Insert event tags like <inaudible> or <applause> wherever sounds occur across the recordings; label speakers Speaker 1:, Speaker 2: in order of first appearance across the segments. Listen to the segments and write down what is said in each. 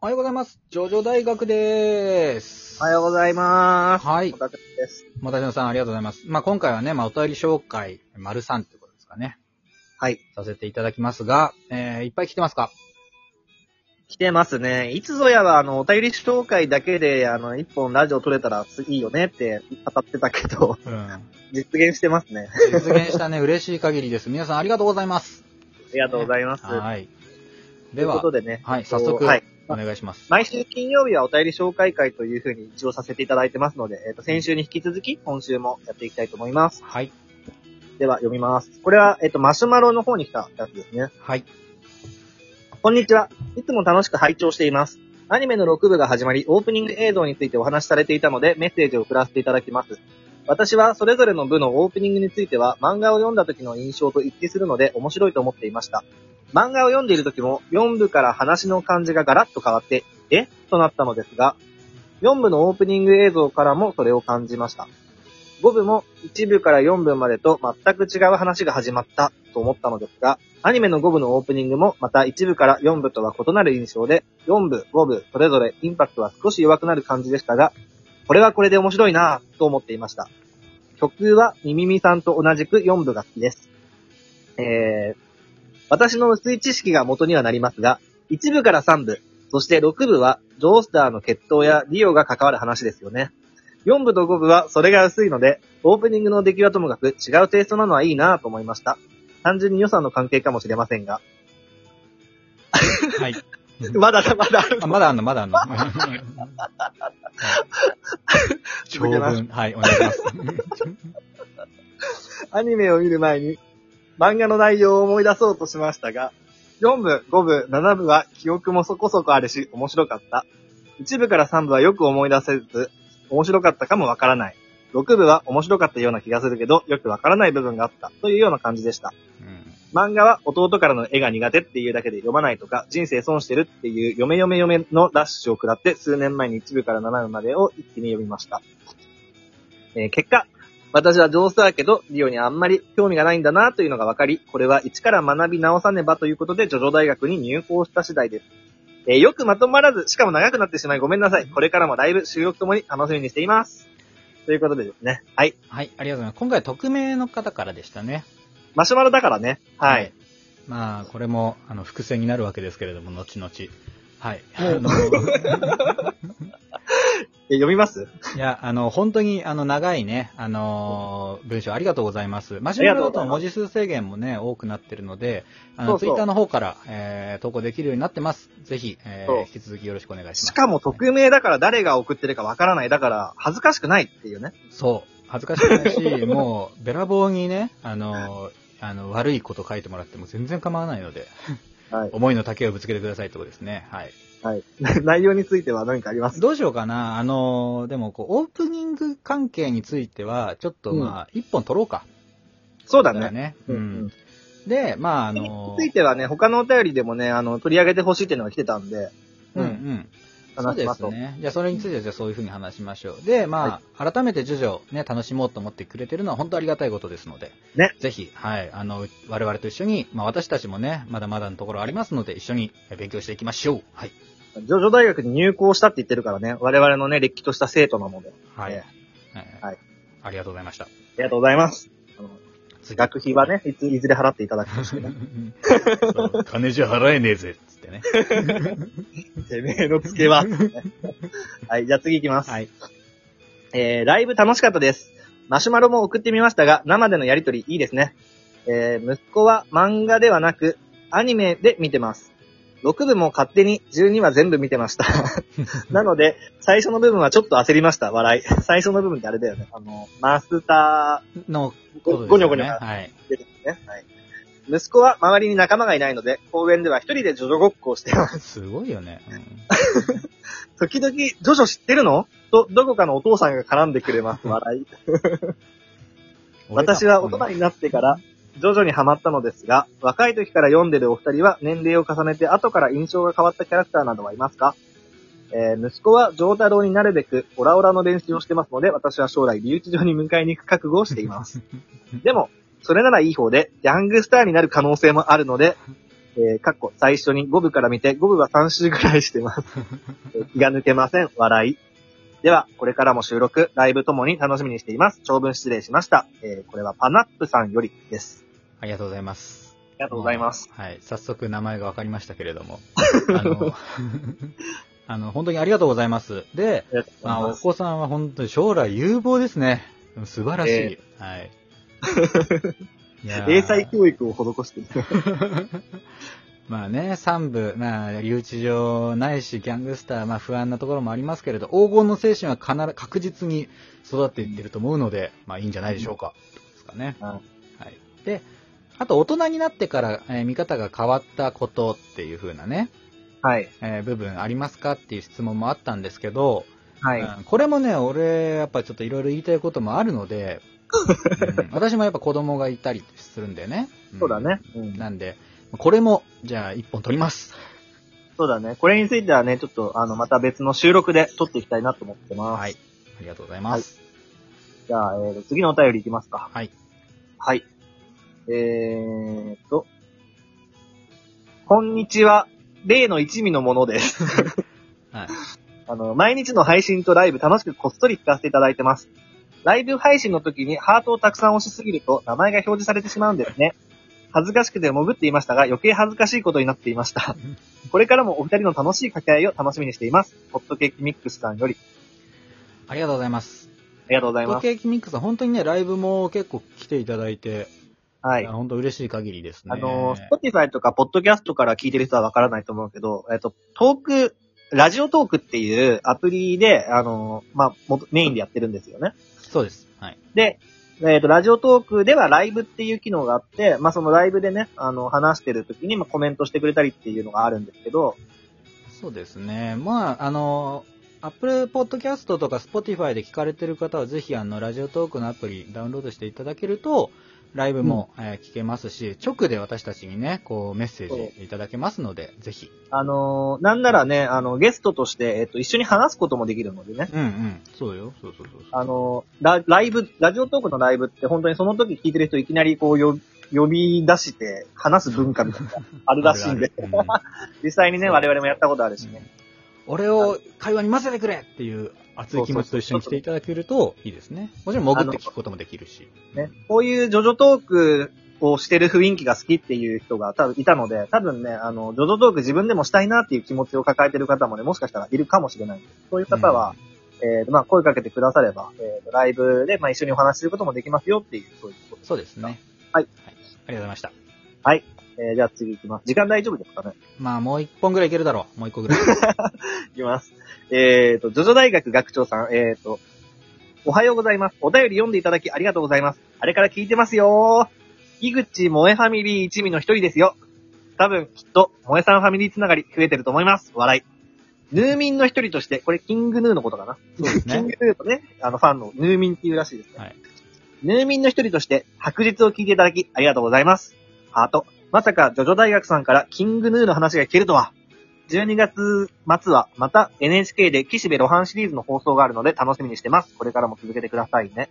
Speaker 1: おはようございます。ジョジョ大学でーす。
Speaker 2: おはようございます。
Speaker 1: はい
Speaker 2: お。たけです。
Speaker 1: またじのさんありがとうございます。まあ、今回はね、まあ、お便り紹介、丸さんってことですかね。
Speaker 2: はい。
Speaker 1: させていただきますが、えー、いっぱい来てますか
Speaker 2: 来てますね。いつぞやは、あの、お便り紹介だけで、あの、一本ラジオ撮れたらいいよねって語ってたけど、 <laughs>
Speaker 1: うん。
Speaker 2: 実現してます
Speaker 1: <laughs>
Speaker 2: ね。
Speaker 1: 実現した
Speaker 2: <laughs>
Speaker 1: ね、嬉しい限りです。皆さんありがとうございます。
Speaker 2: ありがとうございます。
Speaker 1: はい。
Speaker 2: とい
Speaker 1: で
Speaker 2: うこ
Speaker 1: は
Speaker 2: と、でね、
Speaker 1: はい、早速、
Speaker 2: はい。
Speaker 1: お願いします。
Speaker 2: 毎週金曜日はお便り紹介会というふうに一応させていただいてますので、えっ、と、先週に引き続き、今週もやっていきたいと思います。
Speaker 1: はい。
Speaker 2: では、読みます。これは、えっ、と、マシュマロの方に来たやつですね。
Speaker 1: はい。
Speaker 2: こんにちは。いつも楽しく拝聴しています。アニメの6部が始まり、オープニング映像についてお話しされていたので、メッセージを送らせていただきます。私はそれぞれの部のオープニングについては、漫画を読んだ時の印象と一致するので、面白いと思っていました。漫画を読んでいる時も、4部から話の感じがガラッと変わって、えとなったのですが、4部のオープニング映像からもそれを感じました。5部も1部から4部までと全く違う話が始まったと思ったのですが、アニメの5部のオープニングもまた1部から4部とは異なる印象で、4部、5部、それぞれインパクトは少し弱くなる感じでしたが、これはこれで面白いなぁと思っていました。曲はミミミさんと同じく4部が好きです。えー、私の薄い知識が元にはなりますが、1部から3部、そして6部はジョースターの決闘やリオが関わる話ですよね。4部と5部はそれが薄いので、オープニングの出来はともかく違うテイストなのはいいなぁと思いました。単純に予算の関係かもしれませんが。
Speaker 1: はい。
Speaker 2: まだだ、まだある
Speaker 1: あ。まだあんの、ま
Speaker 2: <laughs>
Speaker 1: だあんの。 <laughs> 長
Speaker 2: 続けます
Speaker 1: 文、はい、お願いします。 <laughs>
Speaker 2: アニメを見る前に、漫画の内容を思い出そうとしましたが、4部、5部、7部は記憶もそこそこあるし、面白かった。1部から3部はよく思い出せず、面白かったかもわからない。6部は面白かったような気がするけど、よくわからない部分があった。というような感じでした。
Speaker 1: うん
Speaker 2: 漫画は弟からの絵が苦手っていうだけで読まないとか、人生損してるっていう嫁嫁嫁のラッシュを食らって、数年前に1部から7部までを一気に読みました。えー結果、私は上手だけど、リオにあんまり興味がないんだなというのが分かり、これは一から学び直さねばということで、ジョジョ大学に入校した次第です。えーよくまとまらず、しかも長くなってしまいごめんなさい。これからもライブ、収録ともに楽しみにしています。ということでですね。はい。
Speaker 1: はい、ありがとうございます。今回、匿名の方からでしたね。
Speaker 2: マシュマロだからね。はい。。
Speaker 1: まあ、これも、あの、伏線になるわけですけれども、後々。はい。
Speaker 2: もう
Speaker 1: あの <laughs>
Speaker 2: え読みます
Speaker 1: いや、あの、本当に、あの、長いね、あのー文章ありがとうございます。マシュマロだと文字数制限もね、多くなってるので、あの、
Speaker 2: そう
Speaker 1: ツ
Speaker 2: そ
Speaker 1: イ
Speaker 2: う
Speaker 1: ッターの方から、えー、投稿できるようになってます。ぜひ、え
Speaker 2: そう
Speaker 1: ー、引き続きよろしくお願いします。
Speaker 2: しかも匿名だから誰が送ってるかわからない。だから恥ずかしくないっていうね。
Speaker 1: そう。恥ずかしくない
Speaker 2: <laughs>
Speaker 1: し、もう、べらぼうにね、あのーあの、悪いこと書いてもらっても全然構わないので、
Speaker 2: はい。
Speaker 1: 思いの丈をぶつけてくださいってことですね。はい。
Speaker 2: はい。 <laughs> 内容については何かあります
Speaker 1: どうしようかな。あのーでもこう、オープニング関係については、ちょっとまあ、一、本取ろうか。
Speaker 2: そうだ
Speaker 1: だから
Speaker 2: ね。
Speaker 1: ね。う
Speaker 2: うんん。
Speaker 1: で、まあ、あの
Speaker 2: につい
Speaker 1: ー
Speaker 2: てはね、他のお便りでもね、あの、取り上げてほしいっていうのが来てたんで、
Speaker 1: うんうん。そう
Speaker 2: 話し
Speaker 1: で
Speaker 2: ます
Speaker 1: す
Speaker 2: と。
Speaker 1: ね。じゃあ、それについては、じゃあ、そういうふうに話しましょう。で、まあ、改めて、徐々、ね、楽しもうと思ってくれてるのは、本当ありがたいことですので。
Speaker 2: ね。
Speaker 1: ぜひ、はい、あの、我々と一緒に、まあ、私たちもね、まだまだのところありますので、一緒に勉強していきましょう。はい。
Speaker 2: ジョジョ大学に入校したって言ってるからね、我々のね、れっきとした生徒なので、
Speaker 1: はい。
Speaker 2: え
Speaker 1: えー
Speaker 2: はい
Speaker 1: ありがとうございました。
Speaker 2: ありがとうございます。あの
Speaker 1: 次
Speaker 2: 学費はね、いつ、いずれ払っていただきまし
Speaker 1: <laughs>
Speaker 2: てね。
Speaker 1: そう金じゃ払えねえぜ、つってね。
Speaker 2: てめえの付けは。はい、じゃあ次行きます。
Speaker 1: はい。
Speaker 2: えー、ライブ楽しかったです。マシュマロも送ってみましたが、生でのやりとりいいですね。えー、息子は漫画ではなく、アニメで見てます。6部も勝手に12は全部見てました。なので、最初の部分はちょっと焦りました。笑い。最初の部分ってあれだよね。あの、マスタ
Speaker 1: の、
Speaker 2: ー、
Speaker 1: ことですよね
Speaker 2: ごごにょごにょが
Speaker 1: はい。
Speaker 2: 出てますね。はい。息子は周りに仲間がいないので、公園では一人でジョジョごっこをしてます。
Speaker 1: すごいよね。うん
Speaker 2: 時々、ジョジョ知ってるのと、どこかのお父さんが絡んでくれます。笑い。私は大人になってから、徐々にハマったのですが、若い時から読んでるお二人は年齢を重ねて後から印象が変わったキャラクターなどはいますかえー、息子は上太郎になるべくオラオラの練習をしてますので、私は将来留置場に迎えに行く覚悟をしています。でも、それならいい方で、ヤングスターになる可能性もあるので、えー、かっこ最初に5部から見て、5部は3週ぐらいして <laughs> ます。えー気が抜けません。笑い。では、これからも収録、ライブともに楽しみにしています。長文失礼しました。えー、これはパナップさんよりです。
Speaker 1: <laughs> ありがとうございます。
Speaker 2: ありがとうございます。
Speaker 1: はい。早速名前がわかりましたけれども。あ
Speaker 2: <laughs>
Speaker 1: の、あの、本当にありがとうございます。で、
Speaker 2: ありがとうご
Speaker 1: ま
Speaker 2: ざい
Speaker 1: あ、お
Speaker 2: ます。
Speaker 1: 子さんは本当に将来有望ですね。素晴らしい。
Speaker 2: え <laughs>
Speaker 1: はい。いやー
Speaker 2: 英才教育を施してる。
Speaker 1: まあね、三部、まあ、留置場ないし、ギャングスター、まあ不安なところもありますけれど、黄金の精神は必ず確実に育っていってると思うので、まあいいんじゃないでしょうか。ですかね。
Speaker 2: うん
Speaker 1: はい。で、あと大人になってから、えー見方が変わったことっていう風なね、
Speaker 2: <laughs> はい。
Speaker 1: えー部分ありますかっていう質問もあったんですけど、
Speaker 2: はい。
Speaker 1: うんこれもね、俺、やっぱちょっといろいろ言いたいこともあるの
Speaker 2: <laughs>
Speaker 1: で、うん私もやっぱ子供がいたりするんだよね。ん
Speaker 2: そうだね。。うん
Speaker 1: なんで、これも、じゃあ一本取ります。
Speaker 2: そうだね。これについてはね、ちょっと、あの、また別の収録で撮っていきたいなと思ってます。
Speaker 1: はい。ありがとうございます。
Speaker 2: じゃあ、えー、次のお便りいきますか。
Speaker 1: はい。
Speaker 2: はい。えーっと。こんにちは。例の一味のものです。 <laughs>
Speaker 1: はい。
Speaker 2: あの、毎日の配信とライブ楽しくこっそり聞かせていただいてます。ライブ配信の時にハートをたくさん押しすぎると名前が表示されてしまうんですね。恥ずかしくて潜っていましたが余計恥ずかしいことになってい
Speaker 1: <laughs>
Speaker 2: ました。これからもお二人の楽しい掛け合いを楽しみにしています。ホットケーキミックスさんより。
Speaker 1: ありがとうございます。
Speaker 2: ありがとうござい
Speaker 1: ホット
Speaker 2: ます。
Speaker 1: ケーキミックスさん、本当にね、ライブも結構来ていただいて、
Speaker 2: はい。
Speaker 1: 本当嬉しい限りですね。
Speaker 2: あの、Spotify とか、ポッドキャストから聞いてる人はわからないと思うけど、えっと、トーク、ラジオトークっていうアプリで、あの、まあ、もメインでやってるんですよね。
Speaker 1: そうです。はい。
Speaker 2: で、えっと、ラジオトークではライブっていう機能があって、まあ、そのライブでね、あの、話してる時に、まあ、コメントしてくれたりっていうのがあるんですけど、
Speaker 1: そうですね。まあ、あの、Apple Podcast とか Spotify で聞かれてる方は、ぜひ、あの、ラジオトークのアプリダウンロードしていただけると、ライブも、えー聞けますし、直で私たちにね、こう、メッセージいただけますので、ぜひ。
Speaker 2: あの、なんならね、あの、ゲストとして、えっと、一緒に話すこともできるのでね。
Speaker 1: うんうん。そうよ。そうそうそうそう。
Speaker 2: あの、ラライブ、ラジオトークのライブって本当にその時聞いてる人いきなりこうよ呼び出して話す文化みた
Speaker 1: <laughs>
Speaker 2: いなのがあるらしいんで、
Speaker 1: あるある。うん
Speaker 2: 実際にね、
Speaker 1: そう
Speaker 2: 我々もやったことあるしね。
Speaker 1: 俺を会話に混ぜてくれっていう熱い気持ちと一緒に来ていただけるといいですね。もちろん潜って聞くこともできるし。
Speaker 2: ね、こういうジョジョトークをしてる雰囲気が好きっていう人が多分いたので、多分ね、あの、ジョジョトーク自分でもしたいなっていう気持ちを抱えてる方もね、もしかしたらいるかもしれない。そういう方は、えーまあ、声かけてくだされば、えーと、ライブで、まあ、一緒にお話しすることもできますよっていう、そういうこと
Speaker 1: うん、そうですね。
Speaker 2: は
Speaker 1: あ
Speaker 2: い
Speaker 1: りがとうございました。
Speaker 2: はい。えーじゃあ次行きます。時間大丈夫ですかね
Speaker 1: まあもう一本ぐらいいけるだろう。もう一個ぐらい。
Speaker 2: いきます。えーと、ジョジョ大学学長さん、えーと、おはようございます。お便り読んでいただきありがとうございます。あれから聞いてますよー。井口萌えファミリー一味の一人ですよ。多分、きっと、萌えさんファミリーつながり増えてると思います。笑い。ヌーミンの一人として、これ、キングヌーのことかな。
Speaker 1: そう
Speaker 2: <laughs>
Speaker 1: です
Speaker 2: キング
Speaker 1: ね。
Speaker 2: ヌーのね、あの、ファンのヌーミンっていうらしいですね。
Speaker 1: はい
Speaker 2: ヌーミンの一人として、白日を聞いていただき、ありがとうございます。ハート。まさか、ジョジョ大学さんからキングヌーの話が聞けるとは。12月末は、また NHK で岸辺露伴シリーズの放送があるので楽しみにしてます。これからも続けてくださいね。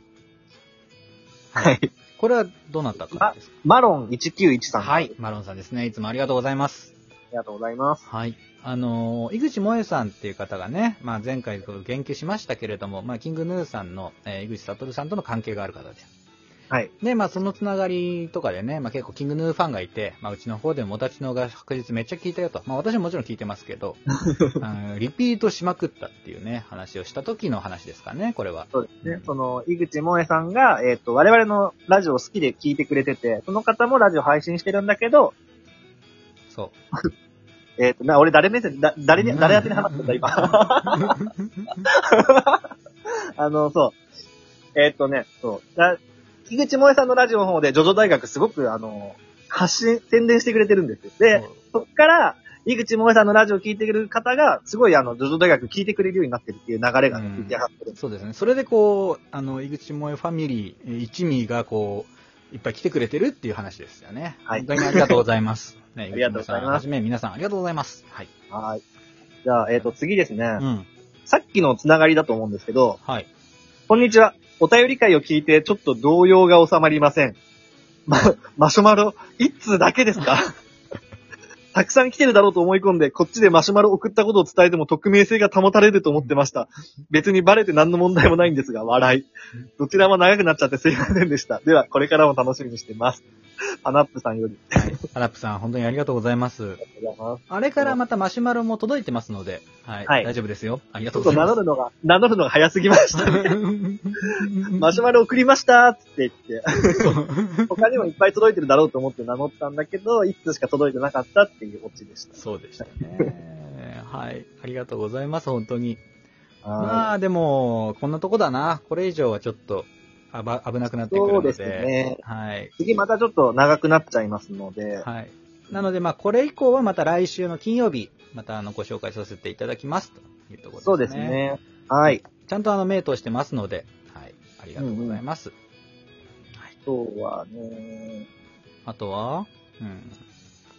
Speaker 2: はい。
Speaker 1: これはどうなったかですか
Speaker 2: マロン1913さん。
Speaker 1: は
Speaker 2: あ
Speaker 1: い。マロンさんですね。いつもありがとうございます。
Speaker 2: りがとうございます。
Speaker 1: はい。あのー、井口萌えさんっていう方がね、まあ前回こう言及しましたけれども、まあキングヌーさんの、えー井口悟さんとの関係がある方です。
Speaker 2: はい。
Speaker 1: で、まあ、そのつながりとかでね、まあ、結構、キングヌーファンがいて、まあ、うちの方でも、もたちのが確実めっちゃ聞いたよと。まあ、私ももちろん聞いてますけど、
Speaker 2: <laughs>
Speaker 1: あのリピートしまくったっていうね、話をした時の話ですかね、これは。
Speaker 2: そうですね。その、井口萌さんが、えっ、と、我々のラジオを好きで聞いてくれてて、その方もラジオ配信してるんだけど、 <laughs>
Speaker 1: そ
Speaker 2: えっ、と、な、俺誰目線、だ誰に、
Speaker 1: うん
Speaker 2: 誰宛てに話してた、今。 <laughs> あの、そう。えっ、とね、そう。だ井口萌さんのラジオの方で、ジョジョ大学すごく、あの、発信、宣伝してくれてるんですよ。
Speaker 1: う。
Speaker 2: で、そっから、井口萌さんのラジオを聞いてくれる方が、すごい、あの、ジョジョ大学聞いてくれるようになってるっていう流れが
Speaker 1: うん
Speaker 2: 出来上がってる。
Speaker 1: そうですね。それで、こう、あの、井口萌えファミリー、えー一味が、こう、いっぱい来てくれてるっていう話ですよね。
Speaker 2: はい
Speaker 1: 本当にありがとうござい
Speaker 2: <laughs>
Speaker 1: ます。ね、
Speaker 2: ありがとうござい
Speaker 1: 井口萌えさんは
Speaker 2: ます
Speaker 1: じめ、皆さんありがとうございます。はい。
Speaker 2: はい。じゃあ、えっ、と、次ですね。
Speaker 1: うん。
Speaker 2: さっきのつながりだと思うんですけど、
Speaker 1: はい。
Speaker 2: こんにちは。お便り会を聞いて、ちょっと動揺が収まりません。ま、マシュマロ、一通だけですかたくさん来てるだろうと思い込んで、こっちでマシュマロ送ったことを伝えても匿名性が保たれると思ってました。別にバレて何の問題もないんですが、笑い。どちらも長くなっちゃってすいませんでした。では、これからも楽しみにしてます。パナップさんより。
Speaker 1: はい。アラップさん、本当にありがとうございます。
Speaker 2: ありがとうございます。
Speaker 1: あれからまたマシュマロも届いてますので、はい。
Speaker 2: はい
Speaker 1: 大丈夫ですよ。ありが
Speaker 2: ち
Speaker 1: と
Speaker 2: ょ
Speaker 1: う
Speaker 2: っと
Speaker 1: ござい
Speaker 2: 名
Speaker 1: ま
Speaker 2: 乗
Speaker 1: す。
Speaker 2: るのが、名乗るのが早すぎま
Speaker 1: <laughs>
Speaker 2: したね。 <laughs> マシュマロ送りましたーっつって言って、他にもいっぱい届いてるだろうと思って名乗ったんだけど、一通しか届いてなかったっていうオチでし
Speaker 1: そうでしたね。はい。ありがとうございます、本当に。
Speaker 2: た。
Speaker 1: まあ、でも、こんなとこだな。これ以上はちょっと、あば、危なくなってくる
Speaker 2: そ
Speaker 1: の
Speaker 2: う
Speaker 1: で。
Speaker 2: ですね。
Speaker 1: はい。
Speaker 2: 次またちょっと長くなっちゃいますので、
Speaker 1: はい。なので、まあ、これ以降はまた来週の金曜日、またあの、ご紹介させていただきます。というところですね。
Speaker 2: そうです。ね。はい。
Speaker 1: ちゃんとあの、目通してますので、はい。ありがとうございます。
Speaker 2: 今日はね、
Speaker 1: あとは、うん。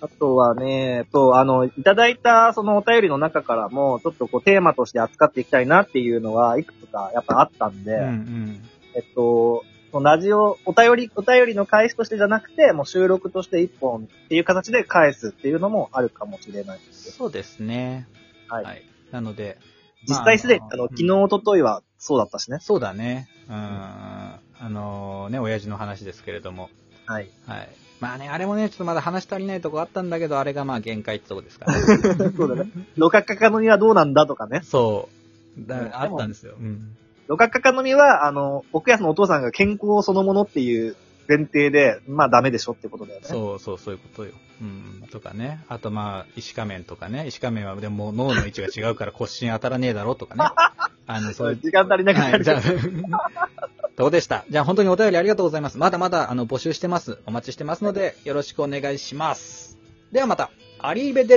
Speaker 2: あとはね、と、あの、いただいたそのお便りの中からも、ちょっとこうテーマとして扱っていきたいなっていうのは、いくつかやっぱあったんで、
Speaker 1: うんうん。
Speaker 2: えっと、そのラジオ、お便り、お便りの返しとしてじゃなくて、もう収録として一本っていう形で返すっていうのもあるかもしれないですよ。
Speaker 1: そうですね。
Speaker 2: はい
Speaker 1: なので、
Speaker 2: 実際すでに、
Speaker 1: まあ
Speaker 2: あ
Speaker 1: あ
Speaker 2: の、
Speaker 1: の
Speaker 2: 昨日、一昨日はそうだったしね。
Speaker 1: そうだね。うん。あのね、親父の話ですけれども。
Speaker 2: はい。
Speaker 1: はい。まあね、あれもね、ちょっとまだ話し足りないとこあったんだけど、あれがまあ限界ってとこですから、ね。
Speaker 2: <laughs> そうだね。ロカカカノミはどうなんだとかね。
Speaker 1: そう。
Speaker 2: うん
Speaker 1: だ
Speaker 2: でも
Speaker 1: あったんですよ。うん。
Speaker 2: ロカカカノミは、あの、奥安のお父さんが健康そのものっていう前提で、まあダメでしょってことだよね。
Speaker 1: そうそう、そういうことよ。うん。とかね。あとまあ、石仮面とかね。石仮面はでも脳の位置が違うから腰に当たらねえだろうと <laughs> かね。あの、そういう
Speaker 2: 時間足りなくな
Speaker 1: はい、
Speaker 2: る
Speaker 1: じゃあ、どうでしたじゃあ <laughs> 本当にお便りありがとうございます。まだまだあの募集してます。お待ちしてますので、よろしくお願いします。ではまた、アリーベデ